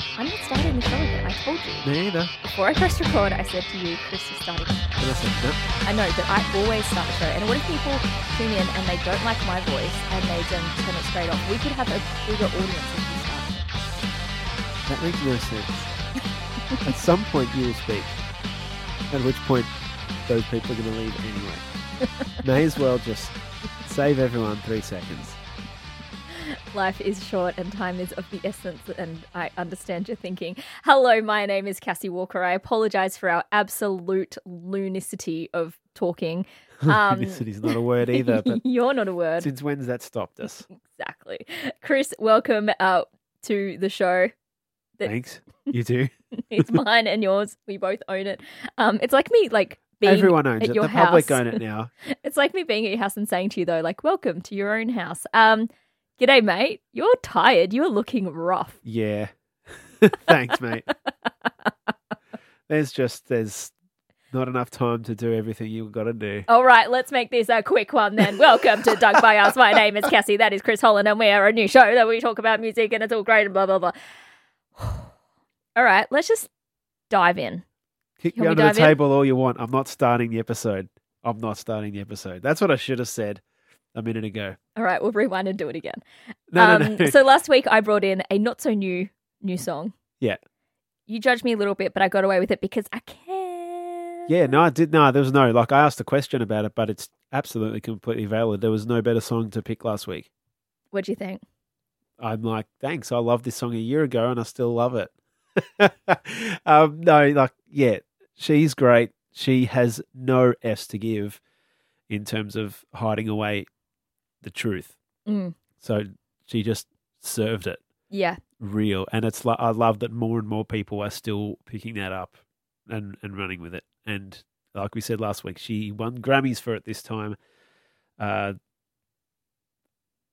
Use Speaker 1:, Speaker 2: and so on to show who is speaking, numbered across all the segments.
Speaker 1: started in the calendar. I told you.
Speaker 2: Me either.
Speaker 1: Before I pressed record, I said to you, Chris is starting.
Speaker 2: And I said, nope.
Speaker 1: I know, but I always start the show. And what if people tune in and they don't like my voice and they then turn it straight off? We could have a bigger audience if you started.
Speaker 2: That makes no sense. At some point, you will speak. At which point, those people are going to leave anyway. May as well just save everyone three seconds.
Speaker 1: Life is short and time is of the essence, and I understand your thinking. Hello, my name is Cassie Walker. I apologize for our absolute lunicity of talking. Um,
Speaker 2: Lunacy's not a word either, but
Speaker 1: You're not a word.
Speaker 2: since when's that stopped us?
Speaker 1: Exactly. Chris, welcome out to the show. That-
Speaker 2: Thanks. You do.
Speaker 1: It's mine and yours. We both own it. Um, it's like me, like being.
Speaker 2: Everyone owns
Speaker 1: at
Speaker 2: it.
Speaker 1: your
Speaker 2: The public
Speaker 1: house.
Speaker 2: own it now.
Speaker 1: It's like me being at your house and saying to you though, like, welcome to your own house. Um, g'day, mate. You're tired. You're looking rough.
Speaker 2: Yeah. Thanks, mate. There's just there's not enough time to do everything you've got to do.
Speaker 1: All right, let's make this a quick one then. Welcome to Doug by Us. My name is Cassie. That is Chris Holland, and we are a new show that we talk about music, and it's all great and blah blah blah. All right, let's just dive in.
Speaker 2: Kick
Speaker 1: Can
Speaker 2: me
Speaker 1: we
Speaker 2: under the
Speaker 1: dive in?
Speaker 2: table all you want. I'm not starting the episode. I'm not starting the episode. That's what I should have said a minute ago.
Speaker 1: All right, we'll rewind and do it again.
Speaker 2: No, no, no.
Speaker 1: Um, So last week I brought in a not so new new song.
Speaker 2: Yeah.
Speaker 1: You judged me a little bit, but I got away with it because I can.
Speaker 2: yeah, no, I did. No, there was no. Like, I asked a question about it, but it's absolutely completely valid. There was no better song to pick last week.
Speaker 1: What do you think?
Speaker 2: I'm like, thanks. I loved this song a year ago and I still love it. um, no, like, yeah, she's great. She has no S to give in terms of hiding away the truth.
Speaker 1: Mm.
Speaker 2: So she just served it
Speaker 1: Yeah.
Speaker 2: real. And it's like, I love that more and more people are still picking that up and, and running with it. And like we said last week, she won Grammys for it this time. Uh,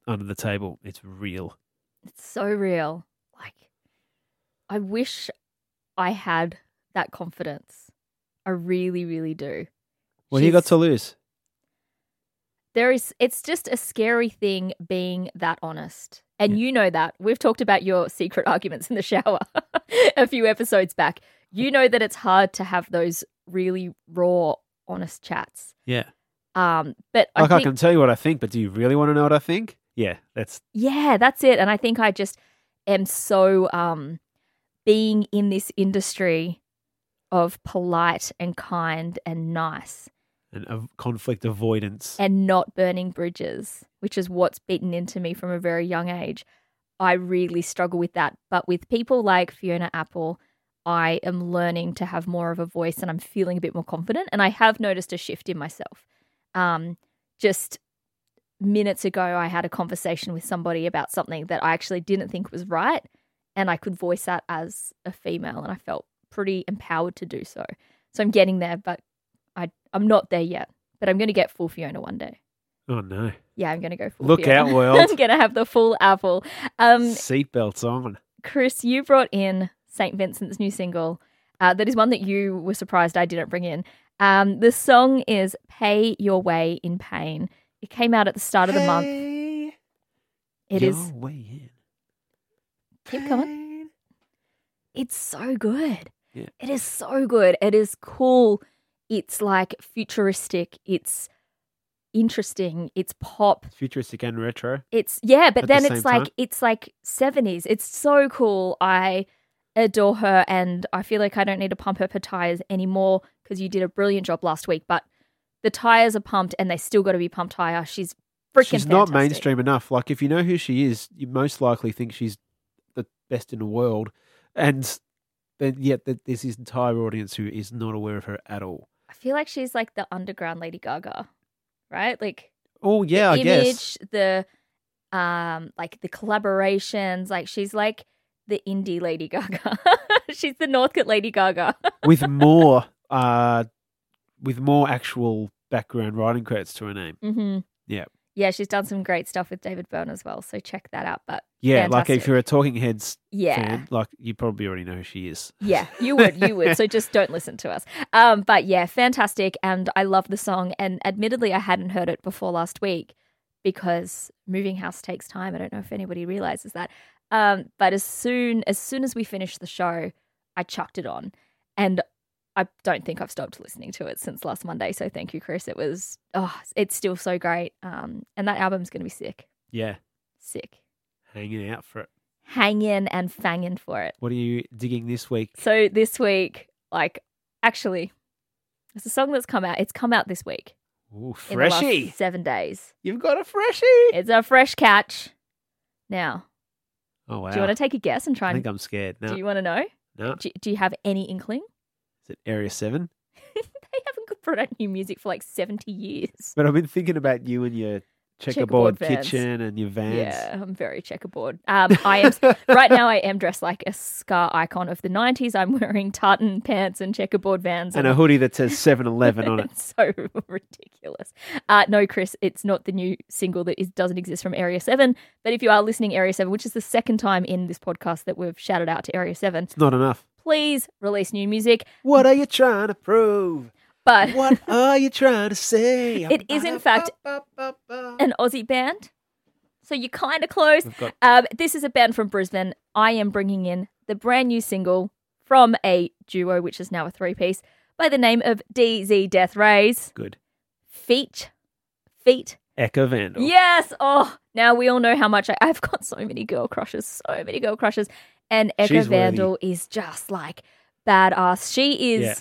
Speaker 2: under the table, it's real.
Speaker 1: It's so real. Like, I wish I had that confidence. I really, really do.
Speaker 2: What do you got
Speaker 1: She's-
Speaker 2: to lose?
Speaker 1: There is, it's just a scary thing being that honest. And
Speaker 2: Yeah.
Speaker 1: you know that. We've talked about your secret arguments in the shower a few episodes back. You know that it's hard to have those really raw, honest chats.
Speaker 2: Yeah.
Speaker 1: Um, but I
Speaker 2: Like I
Speaker 1: think,
Speaker 2: can tell you what I think, but do you really want to know what I think? Yeah, that's
Speaker 1: yeah, that's it. And I think I just am so um being in this industry of polite and kind and nice
Speaker 2: an a conflict avoidance.
Speaker 1: and not burning bridges, which is what's beaten into me from a very young age. I really struggle with that. But with people like Fiona Apple, I am learning to have more of a voice and I'm feeling a bit more confident. And I have noticed a shift in myself. Um, just minutes ago, I had a conversation with somebody about something that I actually didn't think was right. And I could voice that as a female. And I felt pretty empowered to do so. So I'm getting there, but I, I'm not there yet but I'm going to get full Fiona one day.
Speaker 2: oh no!
Speaker 1: Yeah, I'm going to go full.
Speaker 2: Look
Speaker 1: Fiona.
Speaker 2: out, world!
Speaker 1: I'm going to have the full apple. Um,
Speaker 2: Seatbelts on.
Speaker 1: Chris, you brought in St. Vincent's new single. Uh, that is one that you were surprised I didn't bring in. Um, the song is "Pay Your Way in Pain." It came out at the start of the month. It is. Keep going. It's so good.
Speaker 2: Yeah.
Speaker 1: It is so good. It is cool. It's like futuristic. It's interesting. It's pop.
Speaker 2: Futuristic and retro.
Speaker 1: It's yeah, but
Speaker 2: At the
Speaker 1: then
Speaker 2: same
Speaker 1: it's like
Speaker 2: time?
Speaker 1: it's like seventies. It's so cool. I adore her, and I feel like I don't need to pump up her tires anymore because you did a brilliant job last week. But the tires are pumped, and they still got to be pumped higher. She's freaking.
Speaker 2: she's not
Speaker 1: fantastic.
Speaker 2: mainstream enough. Like if you know who she is, you most likely think she's the best in the world, and then yet th- there's this entire audience who is not aware of her at all.
Speaker 1: I feel like she's like the underground Lady Gaga, right? Like
Speaker 2: Oh yeah, I
Speaker 1: image,
Speaker 2: guess.
Speaker 1: the um, like the collaborations. Like she's like the indie Lady Gaga. she's the Northcote Lady Gaga.
Speaker 2: with more uh with more actual background writing credits to her name.
Speaker 1: Mm-hmm.
Speaker 2: Yeah.
Speaker 1: Yeah, she's done some great stuff with David Byrne as well. So check that out. But
Speaker 2: Yeah, like
Speaker 1: Fantastic.
Speaker 2: if you're a Talking Heads
Speaker 1: yeah.
Speaker 2: fan, like you probably already know who she is.
Speaker 1: Yeah, you would, you would. So just don't listen to us. Um, but yeah, fantastic, and I love the song. And admittedly, I hadn't heard it before last week, because moving house takes time. I don't know if anybody realizes that. Um, but as soon as soon as we finished the show, I chucked it on, and I don't think I've stopped listening to it since last Monday. So thank you, Chris. It was oh, it's still so great. Um, and that album's gonna be sick,
Speaker 2: Yeah,
Speaker 1: sick,
Speaker 2: hanging out for it.
Speaker 1: hanging and fanging for it.
Speaker 2: What are you digging this week?
Speaker 1: So this week, like actually, it's a song that's come out. It's come out this week.
Speaker 2: Ooh,
Speaker 1: in the last
Speaker 2: freshie.
Speaker 1: seven days.
Speaker 2: You've got a freshie.
Speaker 1: It's a fresh catch. Now,
Speaker 2: oh wow.
Speaker 1: do you want to take a guess and try
Speaker 2: I
Speaker 1: and?
Speaker 2: think I'm scared. No,
Speaker 1: Do you want to know?
Speaker 2: no.
Speaker 1: Do, do you have any inkling?
Speaker 2: Is it Area Seven?
Speaker 1: They haven't put out new music for like seventy years.
Speaker 2: But I've been thinking about you and your
Speaker 1: Checkerboard
Speaker 2: checkerboard,
Speaker 1: vans.
Speaker 2: kitchen and your vans.
Speaker 1: Yeah, I'm very checkerboard. Um, I am right now. I am dressed like a scar icon of the '90s. I'm wearing tartan pants and checkerboard vans,
Speaker 2: and a hoodie that says 7-Eleven on it.
Speaker 1: It's so ridiculous. Uh, no, Chris, it's not the new single that is, doesn't exist from Area 7. But if you are listening, Area 7, which is the second time in this podcast that we've shouted out to Area 7,
Speaker 2: It's not enough.
Speaker 1: please release new music.
Speaker 2: What are you trying to prove?
Speaker 1: But
Speaker 2: What are you trying to say?
Speaker 1: It is, in fact, an Aussie band. So you're kind of close.
Speaker 2: We've got
Speaker 1: Um, this is a band from Brisbane. I am bringing in the brand new single from a duo, which is now a three piece, by the name of DZ Death Rays.
Speaker 2: good.
Speaker 1: Feet. Feet.
Speaker 2: Echo Vandal.
Speaker 1: Yes. Oh, now we all know how much I, I've got so many girl crushes, so many girl crushes. And Eka
Speaker 2: She's worthy.
Speaker 1: Vandal is just like badass. She is
Speaker 2: Yeah.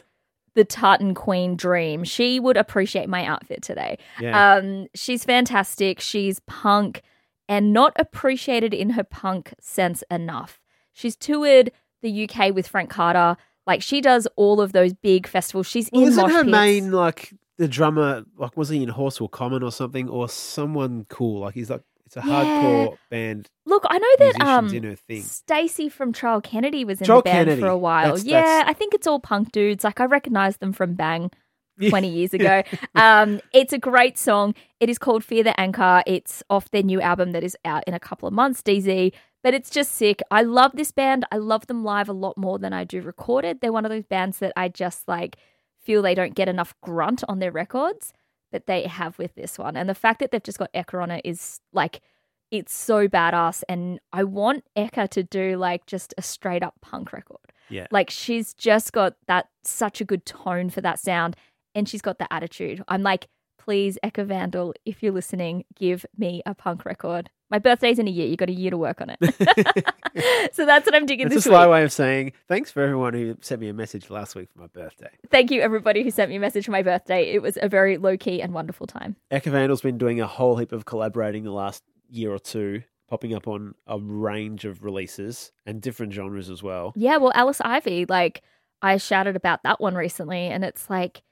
Speaker 1: the tartan queen dream. She would appreciate my outfit today.
Speaker 2: Yeah.
Speaker 1: Um, she's fantastic. She's punk and not appreciated in her punk sense enough. She's toured the UK with Frank Carter. Like she does all of those big festivals. She's
Speaker 2: well,
Speaker 1: in
Speaker 2: isn't
Speaker 1: mosh
Speaker 2: her
Speaker 1: pits.
Speaker 2: main like the drummer? Like, was he in Horsewell Common or something, or someone cool? Like, he's like it's a
Speaker 1: Yeah.
Speaker 2: hardcore band.
Speaker 1: Look, I know that
Speaker 2: musicians
Speaker 1: um,
Speaker 2: in her thing.
Speaker 1: Stacy from Trial Kennedy was in
Speaker 2: Trial
Speaker 1: the band
Speaker 2: Kennedy.
Speaker 1: for a while.
Speaker 2: That's-
Speaker 1: yeah,
Speaker 2: that's-
Speaker 1: I think it's all punk dudes. Like I recognize them from Bang
Speaker 2: Yeah.
Speaker 1: 20 years ago. um, it's a great song. It is called Fear the Anchor. It's off their new album that is out in a couple of months, DZ. But it's just sick. I love this band. I love them live a lot more than I do recorded. They're one of those bands that I just like feel they don't get enough grunt on their records that they have with this one. And the fact that they've just got Ekka on it is like it's so badass and I want Ekka to do like just a straight up punk record.
Speaker 2: Yeah.
Speaker 1: Like she's just got that such a good tone for that sound and she's got the attitude. I'm like, please, Ekka Vandal, if you're listening, give me a punk record. My birthday's in a year. You got a year to work on it. so that's what I'm digging
Speaker 2: It's a
Speaker 1: this
Speaker 2: sly
Speaker 1: week.
Speaker 2: way of saying thanks for everyone who sent me a message last week for my birthday.
Speaker 1: Thank you, everybody who sent me a message for my birthday. It was a very low key and wonderful time.
Speaker 2: Echo Vandal's been doing a whole heap of collaborating the last year or two, popping up on a range of releases and different genres as well.
Speaker 1: Yeah, well, Alice Ivy, like I shouted about that one recently, and it's like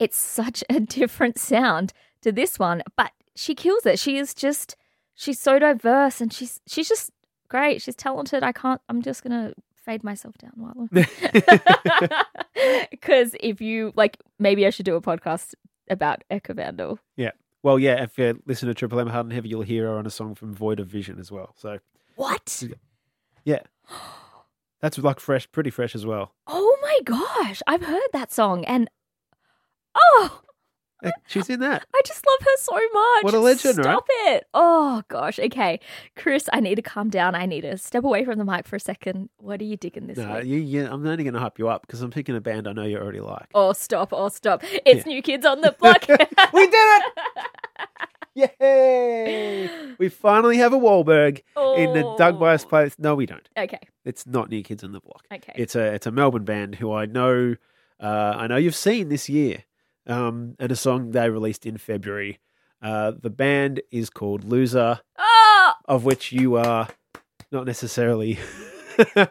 Speaker 1: it's such a different sound to this one, but she kills it. She is just she's so diverse, and she's she's just great. She's talented. I can't. I'm just gonna fade myself down while because if you like, maybe I should do a podcast about Echo Vandal.
Speaker 2: Well, yeah, if you listen to Triple M Hard and Heavy, you'll hear her on a song from Void of Vision as well. So
Speaker 1: What?
Speaker 2: that's like fresh, pretty fresh as well.
Speaker 1: Oh my gosh! I've heard that song, and oh.
Speaker 2: Eh, She's in that.
Speaker 1: I just love her so much.
Speaker 2: What a legend,
Speaker 1: Stop
Speaker 2: right?
Speaker 1: it. Oh, gosh. Okay. Chris, I need to calm down. I need to step away from the mic for a second. What are you digging this
Speaker 2: No,
Speaker 1: week?
Speaker 2: you, you, I'm only going to hype you up because I'm picking a band I know you already like.
Speaker 1: Oh, stop. Oh, stop. It's New Kids on the Block.
Speaker 2: we did it! Yay! We finally have a Wahlberg in the Doug Bias
Speaker 1: Oh.
Speaker 2: place. No, we don't.
Speaker 1: Okay.
Speaker 2: It's not New Kids on the Block.
Speaker 1: Okay.
Speaker 2: It's a it's a Melbourne band who I know uh, I know you've seen this year, um, and a song they released in February. Uh, the band is called Loser,
Speaker 1: oh,
Speaker 2: of which you are not necessarily. uh,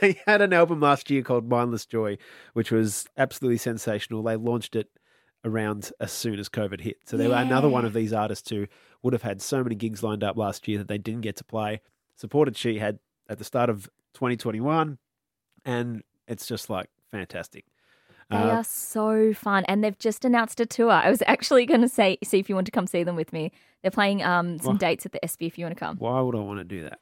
Speaker 2: they had an album last year called Mindless Joy, which was absolutely sensational. They launched it around as soon as COVID hit, so they were another
Speaker 1: Yeah.
Speaker 2: one of these artists who would have had so many gigs lined up last year that they didn't get to play. Supported she had at the start of 2021, and it's just like fantastic.
Speaker 1: they
Speaker 2: Uh,
Speaker 1: are so fun. And they've just announced a tour. I was actually going to say, see if you want to come see them with me. They're playing um, some
Speaker 2: Wha-
Speaker 1: dates at the SB if you want to come.
Speaker 2: why would I want to do that?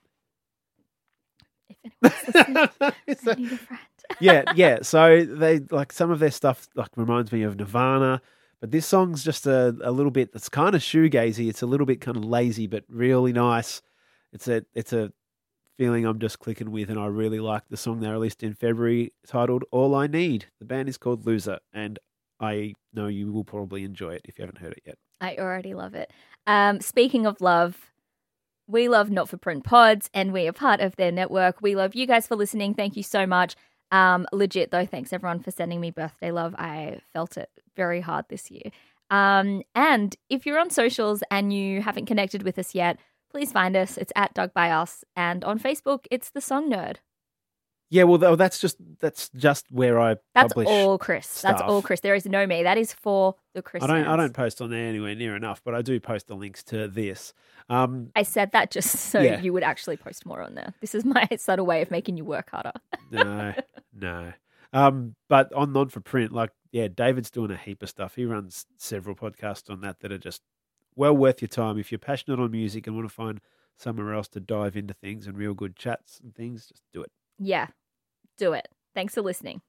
Speaker 1: If anyone's listening,
Speaker 2: It's
Speaker 1: I
Speaker 2: like-
Speaker 1: need a friend.
Speaker 2: yeah, yeah. So they like some of their stuff like reminds me of Nirvana, But this song's just a, a little bit that's kind of shoegazy. It's a little bit kind of lazy, but really nice. It's a it's a feeling I'm just clicking with, and I really like the song they released in February titled "All I Need." The band is called Loser, and I know you will probably enjoy it if you haven't heard it yet.
Speaker 1: I already love it. Um, speaking of love, we love Not for Print Pods and we are part of their network. We love you guys for listening. Thank you so much. Um, legit, though, thanks everyone for sending me birthday love. I felt it very hard this year. Um, and if you're on socials and you haven't connected with us yet, please find us. It's at Dog by Us. And on Facebook, it's The Song Nerd.
Speaker 2: Yeah, well, tho- that's just that's just where I
Speaker 1: That's
Speaker 2: publish.
Speaker 1: all Chris. That's
Speaker 2: stuff.
Speaker 1: all Chris. There is no me. That is for the Chris.
Speaker 2: I don't I
Speaker 1: fans.
Speaker 2: don't post on there anywhere near enough, but I do post the links to this. Um,
Speaker 1: I said that just so
Speaker 2: Yeah.
Speaker 1: you would actually post more on there. This is my subtle way of making you work harder.
Speaker 2: no, no. Um, but on non for print, like yeah, David's doing a heap of stuff. He runs several podcasts on that that are just well worth your time if you're passionate on music and want to find somewhere else to dive into things and real good chats and things. Just do it.
Speaker 1: Yeah, do it. Thanks for listening.